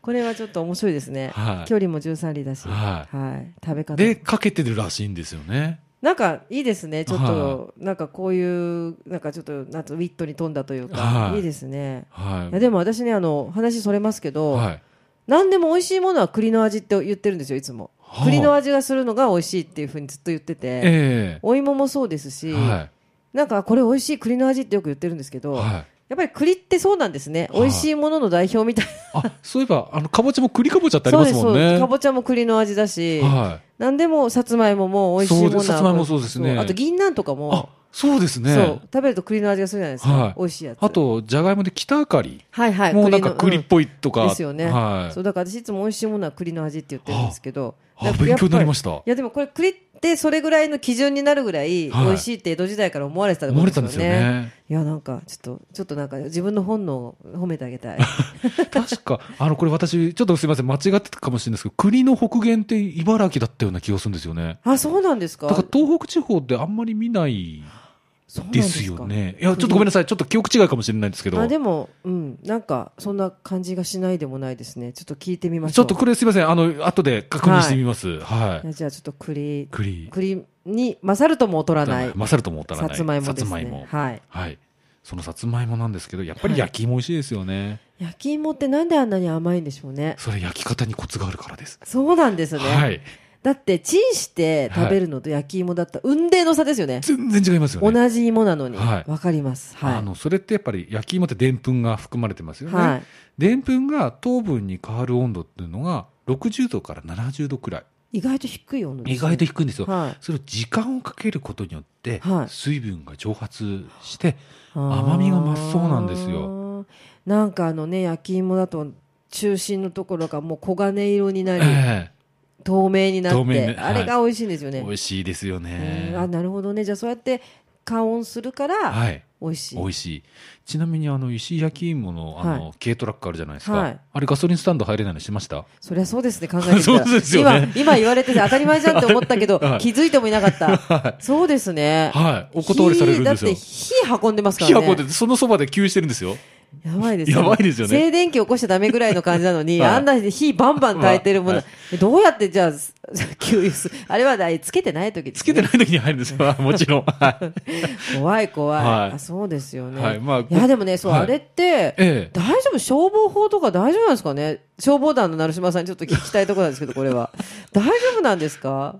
[SPEAKER 1] これはちょっと面白いですね。
[SPEAKER 2] はい
[SPEAKER 1] 距離も13里だし。
[SPEAKER 2] は
[SPEAKER 1] はい。食べ方。
[SPEAKER 2] で、かけてるらしいんですよね。
[SPEAKER 1] なんかいいですね、ちょっ
[SPEAKER 2] は
[SPEAKER 1] と、なんかこういう、なんかちょっと、なんとウィットに富んだというか
[SPEAKER 2] は、い
[SPEAKER 1] いいですね。
[SPEAKER 2] はい
[SPEAKER 1] やでも私ね、あの話それますけ
[SPEAKER 2] い。
[SPEAKER 1] ど、
[SPEAKER 2] はい。
[SPEAKER 1] 何でも美味しいものは栗の味って言ってるんですよ、いつも
[SPEAKER 2] は。あ
[SPEAKER 1] 栗の味がするのが美味しいっていうふうにずっと言ってて、
[SPEAKER 2] え
[SPEAKER 1] お芋もそうです
[SPEAKER 2] え
[SPEAKER 1] し、
[SPEAKER 2] は
[SPEAKER 1] なんかこれ美味しい栗の味ってよく言ってるんですけ
[SPEAKER 2] い。
[SPEAKER 1] ど、や
[SPEAKER 2] はい。
[SPEAKER 1] っぱり栗ってそうなんですね、
[SPEAKER 2] はい
[SPEAKER 1] 美味しいものの代表みたい
[SPEAKER 2] あ、そういえば、あの、かぼちゃも栗かぼちゃって
[SPEAKER 1] な、
[SPEAKER 2] あり
[SPEAKER 1] そうですす、そ
[SPEAKER 2] まもん
[SPEAKER 1] う
[SPEAKER 2] ね。
[SPEAKER 1] です、かぼちゃも栗の味だし、
[SPEAKER 2] はい。
[SPEAKER 1] 何でもさつまいもも美味しいものは
[SPEAKER 2] そうですさつまいもそうですね
[SPEAKER 1] そうあと銀杏とか
[SPEAKER 2] あ
[SPEAKER 1] も。、
[SPEAKER 2] そうですね。
[SPEAKER 1] そう食べると栗の味がするじゃないですか、
[SPEAKER 2] はい
[SPEAKER 1] 美味しいやつ
[SPEAKER 2] あと、じゃがいもで北あかり。
[SPEAKER 1] はいはい
[SPEAKER 2] もうなんか
[SPEAKER 1] の
[SPEAKER 2] 栗っぽいと
[SPEAKER 1] うん
[SPEAKER 2] か。
[SPEAKER 1] ですよね、
[SPEAKER 2] はい
[SPEAKER 1] そう。だから私いつも美味しいものは栗の味って言ってるんですけど
[SPEAKER 2] あ、勉強になりました。
[SPEAKER 1] いやでもこれ栗ってそれぐらいの基準になるぐらい美
[SPEAKER 2] はい
[SPEAKER 1] 味しいって江戸時代から思われてたって
[SPEAKER 2] 思
[SPEAKER 1] こ
[SPEAKER 2] わ
[SPEAKER 1] と
[SPEAKER 2] れたんですよ
[SPEAKER 1] よ
[SPEAKER 2] ね。
[SPEAKER 1] いやなんかちょっとちょっとなんか自分の本能を褒めてあげたい
[SPEAKER 2] 確か、あの、これ私、ちょっとすみません、間違ってたかもしれないですけど、栗の北限って茨城だったような気がするんですよね。
[SPEAKER 1] あそうなんですか
[SPEAKER 2] だから東北地方ってあんまり見ない
[SPEAKER 1] そうなんで
[SPEAKER 2] です
[SPEAKER 1] か
[SPEAKER 2] すよね。いや、ちょっとごめんなさい、ちょっと記憶違いかもしれないんですけど。
[SPEAKER 1] あでもうんなんかそんな感じがしないでもないですねちょっと聞いてみまし
[SPEAKER 2] ち
[SPEAKER 1] ょ
[SPEAKER 2] ょ
[SPEAKER 1] う
[SPEAKER 2] っとこれすみません、あの、後で確認してみます。はいい。
[SPEAKER 1] やじゃあちょっと栗
[SPEAKER 2] 栗。
[SPEAKER 1] 栗に勝るとも劣らない
[SPEAKER 2] 勝ると思ったらな
[SPEAKER 1] さ
[SPEAKER 2] い。
[SPEAKER 1] つまいもです
[SPEAKER 2] さつまい
[SPEAKER 1] ね
[SPEAKER 2] も。
[SPEAKER 1] はい
[SPEAKER 2] はい。そのさつまいもなんですけど、やっぱり焼き芋美味しいですよね。
[SPEAKER 1] 焼き芋ってなんであんなに甘いんでしょうね
[SPEAKER 2] それ焼き方にコツがあるからです。
[SPEAKER 1] そうなんですね、
[SPEAKER 2] はい。
[SPEAKER 1] だってチンして食べるのと焼き芋だったら雲泥の差ですよね
[SPEAKER 2] 全然違いますよね。
[SPEAKER 1] 同じ芋なのにわ、
[SPEAKER 2] はい
[SPEAKER 1] かりますはい
[SPEAKER 2] あの、それってやっぱり焼き芋ってでんぷんが含まれてますよね。
[SPEAKER 1] はい
[SPEAKER 2] でんぷんが糖分に変わる温度っていうのが60度から70度くらい。
[SPEAKER 1] 意外と低い温度です、ね、
[SPEAKER 2] 意外と低いんですよ。
[SPEAKER 1] はい
[SPEAKER 2] それを時間をかけることによって
[SPEAKER 1] はい
[SPEAKER 2] 水分が蒸発して、
[SPEAKER 1] 甘
[SPEAKER 2] みが増すそうなんです
[SPEAKER 1] よなんかあのね焼き芋だと中心のところがもう黄金色になり、
[SPEAKER 2] え
[SPEAKER 1] 透明になって、
[SPEAKER 2] 透明にはい
[SPEAKER 1] あれが美味しいんですよ
[SPEAKER 2] え
[SPEAKER 1] ね、
[SPEAKER 2] 美味しいですよね
[SPEAKER 1] うん。あなるほどねじゃあそうやって加温するから
[SPEAKER 2] はい。
[SPEAKER 1] 美味しい、
[SPEAKER 2] 美味しいちなみにあの石井焼き芋のあの、軽トラックあるじゃないですか、
[SPEAKER 1] はい
[SPEAKER 2] あれガソリンスタンド入れないのしました
[SPEAKER 1] そりゃそうですね考えてみたら
[SPEAKER 2] そうですよね
[SPEAKER 1] 今今言われてて当たり前じゃんって思ったけど、
[SPEAKER 2] はい
[SPEAKER 1] 気づいてもいなかったそうですね
[SPEAKER 2] はいお断りされるんですよ
[SPEAKER 1] 火だって火運んでますか
[SPEAKER 2] 火
[SPEAKER 1] ら
[SPEAKER 2] 箱
[SPEAKER 1] ね
[SPEAKER 2] でそのそばで給油してるんですよ
[SPEAKER 1] やばいですよ
[SPEAKER 2] やばいですよね
[SPEAKER 1] 静電気起こしちゃダメぐらいの感じなのに、
[SPEAKER 2] はい
[SPEAKER 1] あんな火バンバン焚いてるもの、
[SPEAKER 2] はい
[SPEAKER 1] どうやってじゃあ給油するあれはだいつけてない時です、ね、
[SPEAKER 2] つけてない時に入る んですよもちろんはい、
[SPEAKER 1] 怖い怖い、
[SPEAKER 2] はい
[SPEAKER 1] あそうですよね、
[SPEAKER 2] はい
[SPEAKER 1] い
[SPEAKER 2] まあ
[SPEAKER 1] やでもねそう、
[SPEAKER 2] はい
[SPEAKER 1] あれって
[SPEAKER 2] ええ
[SPEAKER 1] 大丈夫消防法とか大丈夫なんですかね消防団の成島さんにちょっと聞きたいところなんですけどこれ は大丈夫なんですか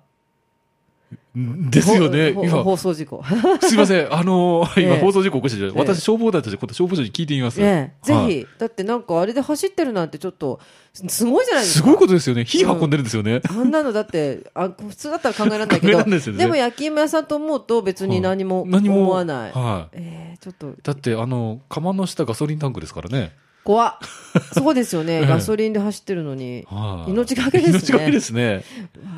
[SPEAKER 2] ですよね
[SPEAKER 1] ほ
[SPEAKER 2] 今
[SPEAKER 1] ほ放送事故
[SPEAKER 2] すいませんあのー
[SPEAKER 1] ええ
[SPEAKER 2] 今放送事故起こしてる、
[SPEAKER 1] ええ
[SPEAKER 2] 私消防団として今度消防署に聞いてみます、
[SPEAKER 1] ねえぜ
[SPEAKER 2] はい
[SPEAKER 1] ひだってなんかあれで走ってるなんてちょっとすすごいじゃないです
[SPEAKER 2] す
[SPEAKER 1] か
[SPEAKER 2] ごいことですよね火運んでるんですよね、
[SPEAKER 1] あんなのだってあ普通だったら考えられないけ
[SPEAKER 2] 考えら
[SPEAKER 1] ど
[SPEAKER 2] れないですよね
[SPEAKER 1] も焼き芋屋さんと思うと別に何も
[SPEAKER 2] はい何も
[SPEAKER 1] 思わない、
[SPEAKER 2] はい
[SPEAKER 1] えーちょっと
[SPEAKER 2] だってあの釜の下ガソリンタンクですからね、
[SPEAKER 1] 怖っそうですよね、
[SPEAKER 2] ええ
[SPEAKER 1] ガソリンで走ってるのに、
[SPEAKER 2] はい
[SPEAKER 1] 命がけですね
[SPEAKER 2] 命がけですね、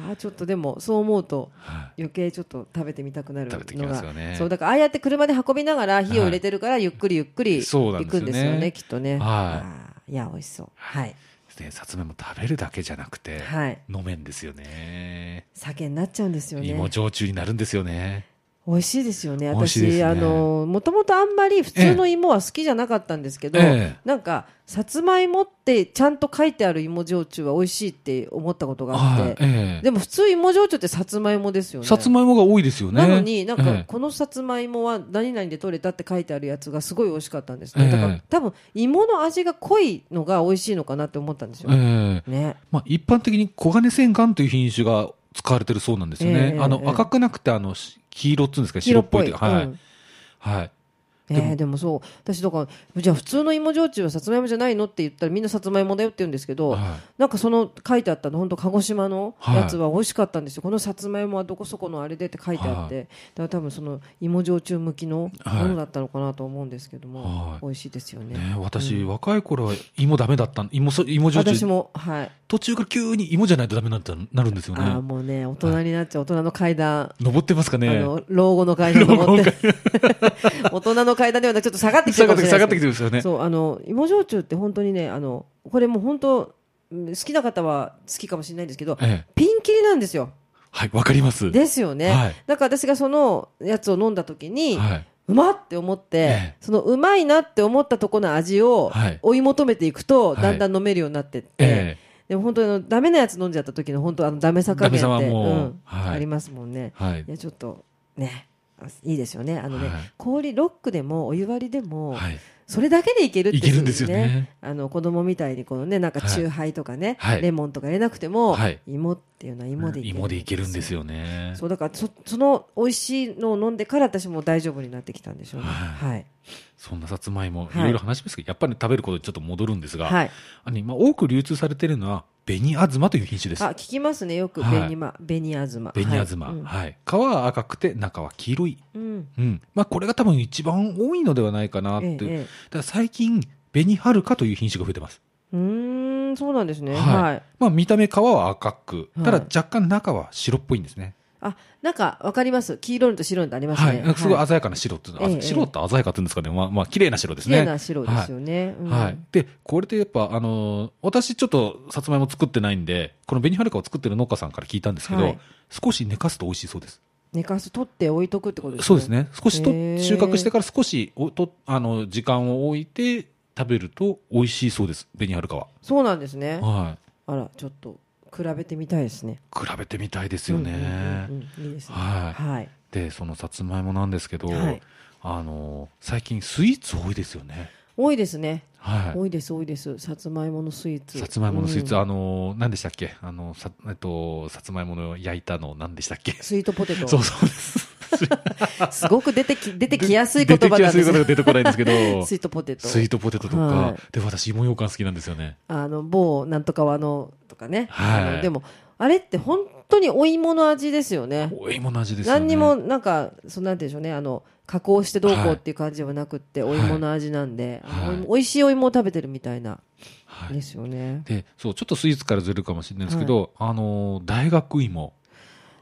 [SPEAKER 1] ああちょっとでもそう思うと
[SPEAKER 2] は
[SPEAKER 1] 余計ちょっと食べてみたくなるの
[SPEAKER 2] 食べてきま
[SPEAKER 1] が
[SPEAKER 2] すよね
[SPEAKER 1] そうだからああやって車で運びながら火を入れてるからゆっくりゆっくり
[SPEAKER 2] そうな
[SPEAKER 1] 行
[SPEAKER 2] んです
[SPEAKER 1] く
[SPEAKER 2] よ
[SPEAKER 1] ん
[SPEAKER 2] ね
[SPEAKER 1] ですよねきっとね
[SPEAKER 2] はい
[SPEAKER 1] あーいや美味しそうはい
[SPEAKER 2] いでさつまいも食べるだけじゃなくて、
[SPEAKER 1] はい
[SPEAKER 2] 飲めんですよね
[SPEAKER 1] 酒になっちゃうんですよね
[SPEAKER 2] 芋焼酎になるんですよね。
[SPEAKER 1] 美味しいですよね
[SPEAKER 2] 美味しいで
[SPEAKER 1] 私
[SPEAKER 2] すね
[SPEAKER 1] あのもともとあんまり普通の芋は好きじゃなかったんですけど、
[SPEAKER 2] ええ
[SPEAKER 1] なんかさつまいもってちゃんと書いてある芋焼酎は美味しいって思ったことがあっ
[SPEAKER 2] はい
[SPEAKER 1] て、
[SPEAKER 2] ええ
[SPEAKER 1] でも普通芋焼酎ってさつまいもですよね
[SPEAKER 2] さつまいもが多いですよね。
[SPEAKER 1] なのになん
[SPEAKER 2] え
[SPEAKER 1] か
[SPEAKER 2] え
[SPEAKER 1] このさつまいもは何々で取れたって書いてあるやつがすごい美味しかったんですね、
[SPEAKER 2] ええ
[SPEAKER 1] だから多分芋の味が濃いのが美味しいのかなって思ったんですよ、
[SPEAKER 2] ええ
[SPEAKER 1] ね
[SPEAKER 2] まあ、一般的に黄金千貫という品種が使われてるそうなんですよね。
[SPEAKER 1] ええ
[SPEAKER 2] あ
[SPEAKER 1] え
[SPEAKER 2] の
[SPEAKER 1] え
[SPEAKER 2] 赤くなくてあのし黄色っつうんですか
[SPEAKER 1] 黄
[SPEAKER 2] 白
[SPEAKER 1] 色
[SPEAKER 2] っ
[SPEAKER 1] っぽ
[SPEAKER 2] ぽ
[SPEAKER 1] い
[SPEAKER 2] いというかはい、
[SPEAKER 1] うん
[SPEAKER 2] はい。
[SPEAKER 1] えー、でもそう私だからじゃあ普通の芋焼酎はさつまいもじゃないのって言ったらみんなさつまいもだよって言うんですけど、
[SPEAKER 2] は
[SPEAKER 1] なんかその書いてあったの本当鹿児島の
[SPEAKER 2] はい
[SPEAKER 1] やつは美味しかったんですよ、このさつまいもはどこそこのあれでって書いてあって、
[SPEAKER 2] は
[SPEAKER 1] だから多分その芋焼酎向きのものだったのかなと思うんですけども、
[SPEAKER 2] はい
[SPEAKER 1] 美味しいですよ
[SPEAKER 2] い
[SPEAKER 1] ね
[SPEAKER 2] ね、私、若い頃は芋ダメだったん芋そ芋焼
[SPEAKER 1] 私
[SPEAKER 2] 酎
[SPEAKER 1] もはい
[SPEAKER 2] 途中から急に芋じゃないとダメなんだなるんですよ
[SPEAKER 1] ああ
[SPEAKER 2] ね
[SPEAKER 1] もうね大人になっちゃう、大人の階段
[SPEAKER 2] 登ってますか
[SPEAKER 1] あ
[SPEAKER 2] ね
[SPEAKER 1] の老後の階段登って 大人の階段ではなくちょっと下がってきて
[SPEAKER 2] 下
[SPEAKER 1] る
[SPEAKER 2] が
[SPEAKER 1] かも
[SPEAKER 2] っ
[SPEAKER 1] し
[SPEAKER 2] て
[SPEAKER 1] れ
[SPEAKER 2] きて
[SPEAKER 1] な
[SPEAKER 2] 下
[SPEAKER 1] い
[SPEAKER 2] が
[SPEAKER 1] です
[SPEAKER 2] って
[SPEAKER 1] けど
[SPEAKER 2] きてるんですよね
[SPEAKER 1] そうあの芋焼酎って本当にねあのこれもう本当うん好きな方は好きかもしれないんですけど
[SPEAKER 2] ええ
[SPEAKER 1] ピンキリなんですよ
[SPEAKER 2] はいわかります
[SPEAKER 1] ですよね、
[SPEAKER 2] はい
[SPEAKER 1] だから私がそのやつを飲んだ時に、
[SPEAKER 2] はい、
[SPEAKER 1] うまって思って、
[SPEAKER 2] ええ
[SPEAKER 1] そのうまいなって思ったとこの味を
[SPEAKER 2] はい
[SPEAKER 1] 追い求めていくと、
[SPEAKER 2] はい
[SPEAKER 1] だんだん飲めるようになってって、
[SPEAKER 2] え
[SPEAKER 1] でも本当にあのダメなやつ飲んじゃった時の本当あのダメさ加減
[SPEAKER 2] ダメ
[SPEAKER 1] っ
[SPEAKER 2] さ
[SPEAKER 1] て、
[SPEAKER 2] はもう
[SPEAKER 1] うん
[SPEAKER 2] はい
[SPEAKER 1] ありますもんね。
[SPEAKER 2] えはい
[SPEAKER 1] いやちょっとねあいいですよねあのね、
[SPEAKER 2] はい
[SPEAKER 1] 氷ロックでもお湯割りでも、
[SPEAKER 2] はい
[SPEAKER 1] それだけでいけるって
[SPEAKER 2] いけるんですよね
[SPEAKER 1] あの子供みたいにこのねなんか
[SPEAKER 2] はい
[SPEAKER 1] 酎ハイとかね、
[SPEAKER 2] はい
[SPEAKER 1] レモンとか入れなくても、
[SPEAKER 2] はい
[SPEAKER 1] 芋っていうのは芋でいける、
[SPEAKER 2] 芋でいけるんですよね
[SPEAKER 1] そうだからそその美味しいのを飲んでから私も大丈夫になってきたんでしょうね
[SPEAKER 2] は
[SPEAKER 1] はい
[SPEAKER 2] そんなさつまいも
[SPEAKER 1] はい
[SPEAKER 2] いろいろ話しますけど、やっぱり食べることにちょっと戻るんですが、
[SPEAKER 1] はい
[SPEAKER 2] あの今多く流通されているのは紅あずまという品種です
[SPEAKER 1] あ聞きますねよく
[SPEAKER 2] はい
[SPEAKER 1] 紅ま紅あずま
[SPEAKER 2] 紅あずま、
[SPEAKER 1] はい
[SPEAKER 2] は
[SPEAKER 1] う
[SPEAKER 2] い
[SPEAKER 1] ん
[SPEAKER 2] 皮は赤くて中は黄色い、
[SPEAKER 1] うん
[SPEAKER 2] うんまあ、これが多分一番多いのではないかなって、
[SPEAKER 1] ええええ
[SPEAKER 2] ただ最近紅はるかという品種が増えてます、
[SPEAKER 1] うーんそうなんですね
[SPEAKER 2] はい
[SPEAKER 1] はい
[SPEAKER 2] まあ、見た目皮は赤く
[SPEAKER 1] はい
[SPEAKER 2] ただ若干中は白っぽいんですね、
[SPEAKER 1] あなんかわかります黄色いのと白いのとあります
[SPEAKER 2] はい
[SPEAKER 1] ね
[SPEAKER 2] なんかすごい鮮やかな白っていうのは、
[SPEAKER 1] ええ
[SPEAKER 2] 白って鮮やかっていうんですかねまあまあ綺麗な白です
[SPEAKER 1] 綺麗
[SPEAKER 2] ね
[SPEAKER 1] な白ですよね。うん
[SPEAKER 2] はい。で、これでやっぱ、あのー私ちょっとさつまいも作ってないんで、この紅はるかを作ってる農家さんから聞いたんですけど、
[SPEAKER 1] はい
[SPEAKER 2] 少し寝かすと美味しいそうです。
[SPEAKER 1] 寝かす取って置いとくってことですね。
[SPEAKER 2] そうです。ね。少しと
[SPEAKER 1] へー
[SPEAKER 2] 収穫してから少しおとあの時間を置いて食べると美味しいそうです。紅はるかは。
[SPEAKER 1] そうなんですね。
[SPEAKER 2] は
[SPEAKER 1] あらちょっと比べてみたいですね。
[SPEAKER 2] い。比べてみたいですよね。
[SPEAKER 1] うんうんうんうんいいですね。
[SPEAKER 2] はい
[SPEAKER 1] はい。
[SPEAKER 2] で、そのさつまいもなんですけど、
[SPEAKER 1] はい
[SPEAKER 2] あのー最近スイーツ多いですよね。
[SPEAKER 1] 多いですね。
[SPEAKER 2] はい。
[SPEAKER 1] 多いです多いです。さつまいものスイーツ。
[SPEAKER 2] さつまいものスイーツ、
[SPEAKER 1] うん
[SPEAKER 2] あのー何でしたっけあのさ、えっと、さつまいもの焼いたの何でしたっけ
[SPEAKER 1] スイートポテト。
[SPEAKER 2] そうそうです。
[SPEAKER 1] すごく出てき出てきやすい言葉なんです
[SPEAKER 2] 出てきやすい言葉が
[SPEAKER 1] よ。
[SPEAKER 2] 出てこないんですけど、
[SPEAKER 1] スイートポテト。
[SPEAKER 2] スイートポテトとか、
[SPEAKER 1] はい
[SPEAKER 2] で、私、芋羊羹好きなんですよね。
[SPEAKER 1] あの某なんとかはあのとかね。
[SPEAKER 2] はい
[SPEAKER 1] あのでもあれって本当にお芋の味ですよね。
[SPEAKER 2] お芋の味ですよね。
[SPEAKER 1] 何にもなんかそのなんていうんでしょうねあの加工してどうこうっていう感じではなくって、
[SPEAKER 2] はい
[SPEAKER 1] お芋の味なんで、
[SPEAKER 2] は
[SPEAKER 1] あのお
[SPEAKER 2] い
[SPEAKER 1] 芋美味しいお芋を食べてるみたいな、
[SPEAKER 2] はい
[SPEAKER 1] ですよね
[SPEAKER 2] で、そう、ちょっとスイーツからずれるかもしれないですけど、あのー、大学芋。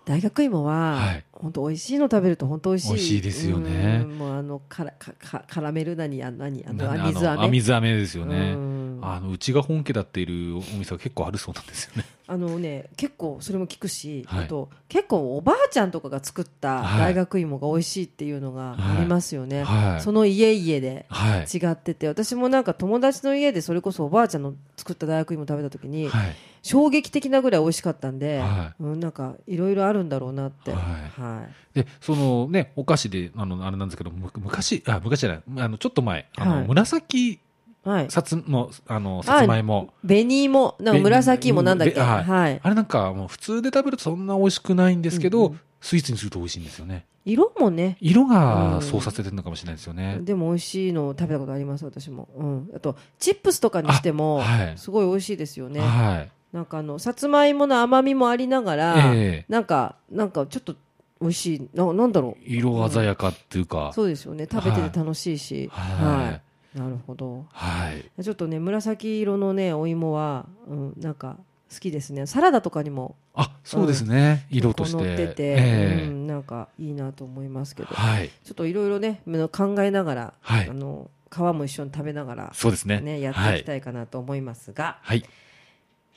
[SPEAKER 1] 大学芋は、
[SPEAKER 2] はい
[SPEAKER 1] 本当美味しいの食べると本当美味しい
[SPEAKER 2] 美味しいですよね
[SPEAKER 1] うんもうあのからかかカラメルなにあの何あの
[SPEAKER 2] な
[SPEAKER 1] あ水飴
[SPEAKER 2] あの水飴ですよ
[SPEAKER 1] う
[SPEAKER 2] ね。
[SPEAKER 1] んあ
[SPEAKER 2] あの、うちが本家だっているお店が結構あるそうなんですよね。
[SPEAKER 1] のね結構それも聞くし、
[SPEAKER 2] はい
[SPEAKER 1] あと結構おばあちゃんとかが作った
[SPEAKER 2] はい
[SPEAKER 1] 大学芋が美味しいっていうのがありますよね、
[SPEAKER 2] はい
[SPEAKER 1] その家々で
[SPEAKER 2] はい。
[SPEAKER 1] 違ってて私もなんか友達の家でそれこそおばあちゃんの作った大学芋食べた時に、
[SPEAKER 2] はい。
[SPEAKER 1] 衝撃的なぐらい美味しかったんで、
[SPEAKER 2] は
[SPEAKER 1] うん、なんかいろいろあるんだろうなって、
[SPEAKER 2] はい
[SPEAKER 1] はい
[SPEAKER 2] で、そのね、お菓子で、あの、あれなんですけど、む昔、あ、昔じゃない、あの、ちょっと前、あの、
[SPEAKER 1] はい
[SPEAKER 2] 紫、
[SPEAKER 1] はい、
[SPEAKER 2] さつ、の、あの、さつまいも。
[SPEAKER 1] 紅芋なんか紫芋なんだっけ、
[SPEAKER 2] べはい
[SPEAKER 1] はい、
[SPEAKER 2] あれなんかもう普通で食べるとそんな美味しくないんですけど、
[SPEAKER 1] うんうん
[SPEAKER 2] スイーツにすると美味しいんですよね
[SPEAKER 1] 色もね
[SPEAKER 2] 色が
[SPEAKER 1] うん
[SPEAKER 2] そうさせてるのかもしれないですよね、
[SPEAKER 1] でも美味しいのを食べたことあります私も、うん、あとチップスとかにしても、
[SPEAKER 2] はい
[SPEAKER 1] すごい美味しいですよね
[SPEAKER 2] はい
[SPEAKER 1] なんかあのさつまいもの甘みもありながら、
[SPEAKER 2] ええ
[SPEAKER 1] なんかなんかちょっと美味しいななんだろう
[SPEAKER 2] 色鮮やかっていうか、
[SPEAKER 1] そうですよね食べてて楽しいし、
[SPEAKER 2] はい
[SPEAKER 1] はいなるほど
[SPEAKER 2] はい
[SPEAKER 1] ちょっとね紫色のねお芋は、うん、なんか好きですねサラダとかにも
[SPEAKER 2] あそうですね、色として
[SPEAKER 1] 乗ってて、
[SPEAKER 2] ええ
[SPEAKER 1] うん、なんかいいなと思いますけどちょ
[SPEAKER 2] はい
[SPEAKER 1] っといろいろね考えながら、
[SPEAKER 2] はい
[SPEAKER 1] あの皮も一緒に食べながら、
[SPEAKER 2] そうですね
[SPEAKER 1] ね、やっていきたいかなと思いますが、
[SPEAKER 2] はい、はい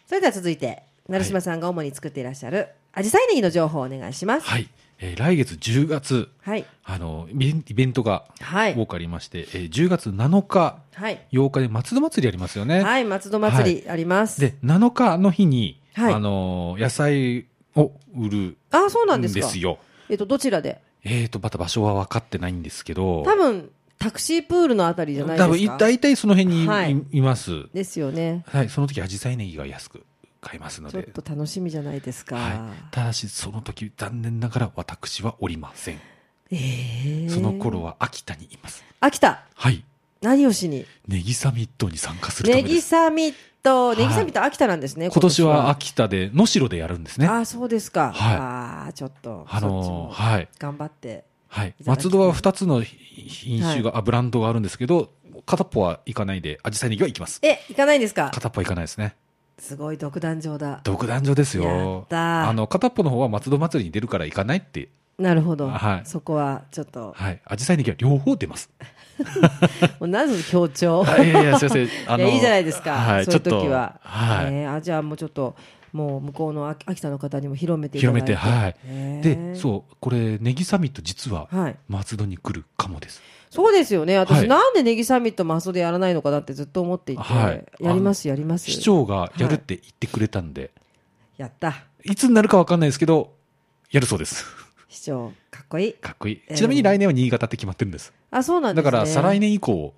[SPEAKER 1] それでは続いて成島さんが主に作っていらっしゃるアジサイネギの情報をお願いします。
[SPEAKER 2] はいえー来月10月
[SPEAKER 1] はい、
[SPEAKER 2] あのイベンイベントが
[SPEAKER 1] はい、は
[SPEAKER 2] 多くありまして、えー10月7日
[SPEAKER 1] い、
[SPEAKER 2] 8日で松戸祭りありますよね、
[SPEAKER 1] はい、松戸祭りあります。
[SPEAKER 2] で7日の日に、
[SPEAKER 1] はい
[SPEAKER 2] あの野菜を売る
[SPEAKER 1] あ、そうなん
[SPEAKER 2] ん
[SPEAKER 1] です
[SPEAKER 2] で
[SPEAKER 1] か。
[SPEAKER 2] すよ。
[SPEAKER 1] えっとどちらで？
[SPEAKER 2] えーと、また場所は分かってないんですけど、
[SPEAKER 1] 多分タクシープールのあたりじゃないですか。
[SPEAKER 2] 多分い大体その辺にい,、
[SPEAKER 1] はい
[SPEAKER 2] い、ます。
[SPEAKER 1] ですよね。
[SPEAKER 2] はい、その時、アジサイネギが安く買えますの
[SPEAKER 1] ちょっ
[SPEAKER 2] で。
[SPEAKER 1] と楽しみじゃないですか。
[SPEAKER 2] はい、ただし、その時、残念ながら私はおりません。
[SPEAKER 1] ええ
[SPEAKER 2] その頃は秋田にいます。
[SPEAKER 1] 秋田
[SPEAKER 2] はい。
[SPEAKER 1] 何をしに
[SPEAKER 2] ネギサミットに参加するた
[SPEAKER 1] ネ
[SPEAKER 2] めで
[SPEAKER 1] ギ
[SPEAKER 2] す。
[SPEAKER 1] サミット
[SPEAKER 2] はい
[SPEAKER 1] ネギサミット秋田なんですね、
[SPEAKER 2] 今年は秋田で、能代でやるんですね。
[SPEAKER 1] ああそうですか、
[SPEAKER 2] はい
[SPEAKER 1] ああちょっと
[SPEAKER 2] あのー
[SPEAKER 1] そっちも
[SPEAKER 2] はい。
[SPEAKER 1] 頑張って
[SPEAKER 2] はい。
[SPEAKER 1] いただきたい
[SPEAKER 2] 松戸は2つの品種が、あブランドがあるんですけど、片っぽは行かないで、アジサイネギは行きます。
[SPEAKER 1] え行かないんですか
[SPEAKER 2] 片っぽは行かないですね。
[SPEAKER 1] すごい独壇場だ
[SPEAKER 2] 独壇場です
[SPEAKER 1] やっ
[SPEAKER 2] よ。
[SPEAKER 1] たー
[SPEAKER 2] あの、片っぽの方は松戸祭りに出るから行かないって、
[SPEAKER 1] なるほど、
[SPEAKER 2] はい
[SPEAKER 1] そこはちょっと
[SPEAKER 2] はい。アジサイネギは両方出ます。
[SPEAKER 1] もうなぜ強調
[SPEAKER 2] あいやいや、すいません。あ
[SPEAKER 1] いやいいじゃないですかそういう時は
[SPEAKER 2] はい。
[SPEAKER 1] ねえあじゃあもうちょっともう向こうの秋秋田の方にも広めていただい
[SPEAKER 2] 広
[SPEAKER 1] て
[SPEAKER 2] めて、はい。で、
[SPEAKER 1] う
[SPEAKER 2] そう、これ、ネギサミット、実は、
[SPEAKER 1] はい、
[SPEAKER 2] 松戸に来るかもです。
[SPEAKER 1] そうですよね私、
[SPEAKER 2] はい
[SPEAKER 1] なんでネギサミットマスでやらないのかなってずっと思っていて、
[SPEAKER 2] はい
[SPEAKER 1] やりますやります
[SPEAKER 2] 市長がやるって言ってくれたんで、
[SPEAKER 1] やった
[SPEAKER 2] い、つになるかわかんないですけど、やるそうです。
[SPEAKER 1] 市長かっこいい
[SPEAKER 2] かっこいい
[SPEAKER 1] え。ー
[SPEAKER 2] ちなみに来年は新潟って決まってるんです。
[SPEAKER 1] あそうなんで
[SPEAKER 2] だ
[SPEAKER 1] す、ね、
[SPEAKER 2] から、再来年以降、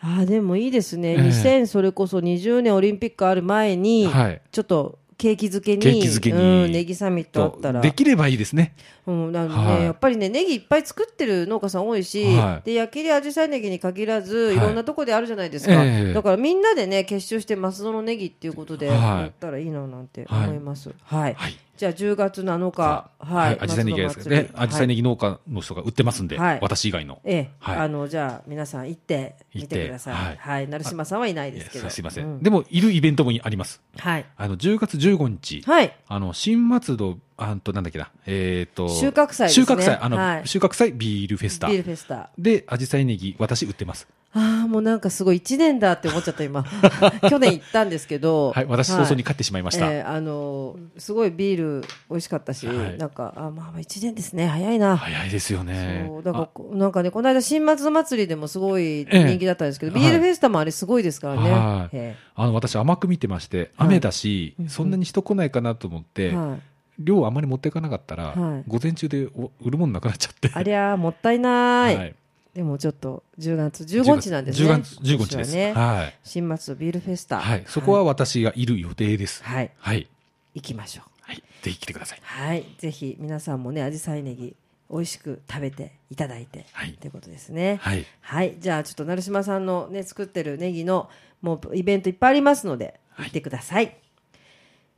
[SPEAKER 1] あーでもいいですね、
[SPEAKER 2] ええ
[SPEAKER 1] 2000それこそ20年オリンピックある前に、
[SPEAKER 2] はい。
[SPEAKER 1] ちょっと景気づけに
[SPEAKER 2] 景気づけに
[SPEAKER 1] うん、ネギサミットあったら
[SPEAKER 2] できればいいですね。
[SPEAKER 1] うんなので、ね
[SPEAKER 2] はい
[SPEAKER 1] やっぱりねネギいっぱい作ってる農家さん多いし、
[SPEAKER 2] はい
[SPEAKER 1] で焼きりアジサイネギに限らず、、
[SPEAKER 2] はいい
[SPEAKER 1] ろんなとこであるじゃないですか、
[SPEAKER 2] ええ
[SPEAKER 1] だからみんなでね結集して松戸のネギっていうことで
[SPEAKER 2] はい
[SPEAKER 1] やったらいいななんて思いますはい、
[SPEAKER 2] はい。
[SPEAKER 1] じゃあ10月7日は
[SPEAKER 2] はいい。アジサイネギがですね。アジサイネギ農家の人が売ってますんで、
[SPEAKER 1] はい
[SPEAKER 2] 私以外の。
[SPEAKER 1] ええ
[SPEAKER 2] はい
[SPEAKER 1] あのじゃあ皆さん行ってみてください
[SPEAKER 2] 行っ
[SPEAKER 1] は
[SPEAKER 2] て
[SPEAKER 1] い、成島さんはいないですけ
[SPEAKER 2] い
[SPEAKER 1] ど
[SPEAKER 2] やすいませ。
[SPEAKER 1] うん
[SPEAKER 2] でも、いるイベントもあります。
[SPEAKER 1] はい
[SPEAKER 2] あの、10月15日、
[SPEAKER 1] はい
[SPEAKER 2] あの、新松戸、あんと、なんだっけな、えっ、と、
[SPEAKER 1] 収穫祭です
[SPEAKER 2] 収
[SPEAKER 1] ね
[SPEAKER 2] 穫祭、あの、
[SPEAKER 1] はい
[SPEAKER 2] 収穫祭ビールフェスタ
[SPEAKER 1] ビー。ルフェスタ
[SPEAKER 2] で、アジサイネギ、私売ってます。
[SPEAKER 1] ああもうなんかすごい1年だって思っちゃった今 去年行ったんですけど
[SPEAKER 2] はい、私早々に買ってしまいました。
[SPEAKER 1] えーあのーすごいビール美味しかったし、
[SPEAKER 2] はい
[SPEAKER 1] なんかあまあまあ1年ですね早いな、
[SPEAKER 2] 早いですよね
[SPEAKER 1] そう。だから
[SPEAKER 2] あ
[SPEAKER 1] こなんかねこの間新松戸祭りでもすごい
[SPEAKER 2] ええ
[SPEAKER 1] 人気だったんですけど、
[SPEAKER 2] はい
[SPEAKER 1] ビールフェスタもあれすごいですからね、
[SPEAKER 2] はい
[SPEAKER 1] え
[SPEAKER 2] あの、私甘く見てまして、
[SPEAKER 1] はい
[SPEAKER 2] 雨だし、
[SPEAKER 1] うんうん
[SPEAKER 2] そんなに人来ないかなと思っ
[SPEAKER 1] え
[SPEAKER 2] て、
[SPEAKER 1] はい、
[SPEAKER 2] 量あまり持っていかなかったら、
[SPEAKER 1] はい
[SPEAKER 2] 午前中でお売るもんなくなっちゃって。
[SPEAKER 1] ありゃーもったいない、
[SPEAKER 2] はい
[SPEAKER 1] でもちょっと10月15日なんですね
[SPEAKER 2] 10月15日です。
[SPEAKER 1] 今年はね
[SPEAKER 2] はい。
[SPEAKER 1] 新松戸ビールフェスタ
[SPEAKER 2] はい。そこは私がいる予定です。
[SPEAKER 1] はい、はい
[SPEAKER 2] はい。
[SPEAKER 1] 行きましょう
[SPEAKER 2] はい。ぜひ来てください。
[SPEAKER 1] はいぜひ皆さんもねアジサイネギ美味しく食べていただいて
[SPEAKER 2] はい
[SPEAKER 1] ということですね
[SPEAKER 2] はい。
[SPEAKER 1] はい、じゃあちょっと成島さんのね作ってるネギのもうイベントいっぱいありますので
[SPEAKER 2] はい
[SPEAKER 1] 行ってください。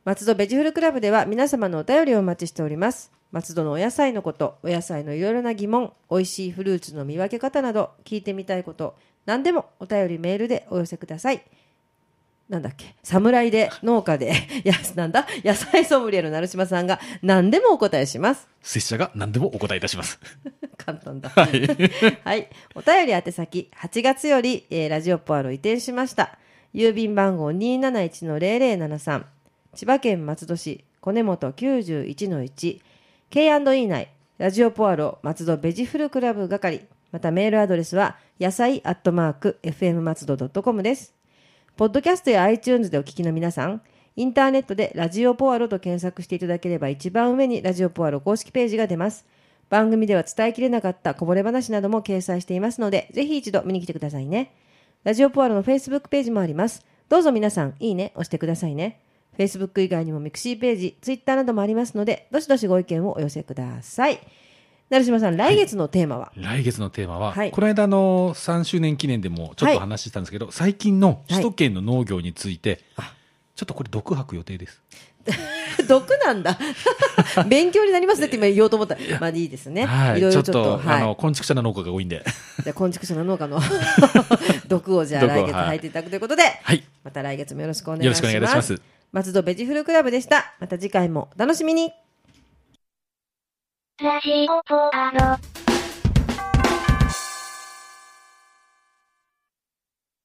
[SPEAKER 1] 松戸ベジフルクラブでは皆様のお便りをお待ちしております。松戸のお野菜のこと、お野菜のいろいろな疑問、美味しいフルーツの見分け方など聞いてみたいこと、何でもお便りメールでお寄せください。なんだっけ侍で農家で いやなんだ野菜ソムリエの成島さんが何でもお答えします。
[SPEAKER 2] 拙者が何でもお答えいたします。
[SPEAKER 1] 簡単だ。はい。お便り宛先、8月より、えーラジオポアロ移転しました。郵便番号271-0073。千葉県松戸市、小根本91-1。K&E 内、ラジオポアロ松戸ベジフルクラブ係。またメールアドレスは、野菜アットマーク、fm 松戸 .com です。ポッドキャストや iTunes でお聞きの皆さん、インターネットでラジオポアロと検索していただければ一番上にラジオポアロ公式ページが出ます。番組では伝えきれなかったこぼれ話なども掲載していますので、ぜひ一度見に来てくださいね。ラジオポアロの Facebook ページもあります。どうぞ皆さん、いいね、押してくださいね。Facebook 以外にもミクシーページ、Twitter などもありますので、どしどしご意見をお寄せください。成島さん、来月のテーマは、
[SPEAKER 2] 来月のテーマは、
[SPEAKER 1] はい
[SPEAKER 2] この間の3周年記念でもちょっ
[SPEAKER 1] はい
[SPEAKER 2] と話したんですけど、最近の
[SPEAKER 1] はい
[SPEAKER 2] 首都圏の農業について、ちょっとこれ独白予定です。
[SPEAKER 1] 毒なんだ。 勉強になりますねって今言おうと思った。まあいいですね。
[SPEAKER 2] はい、
[SPEAKER 1] いろい
[SPEAKER 2] ちょ
[SPEAKER 1] ろ
[SPEAKER 2] っ
[SPEAKER 1] ち
[SPEAKER 2] と
[SPEAKER 1] ょっと。
[SPEAKER 2] あ
[SPEAKER 1] はい
[SPEAKER 2] の昆虫者の農家が多いんで、
[SPEAKER 1] じゃあ、昆虫者の農家 の毒をじゃあ
[SPEAKER 2] 毒を
[SPEAKER 1] 来月入っていただくということで、
[SPEAKER 2] はい、
[SPEAKER 1] また来月もよろしくお願いしま
[SPEAKER 2] よろし
[SPEAKER 1] す。
[SPEAKER 2] くお願いいたします。
[SPEAKER 1] 松戸ベジフルクラブでした。また次回もお楽しみに。
[SPEAKER 3] ラジオポアロ。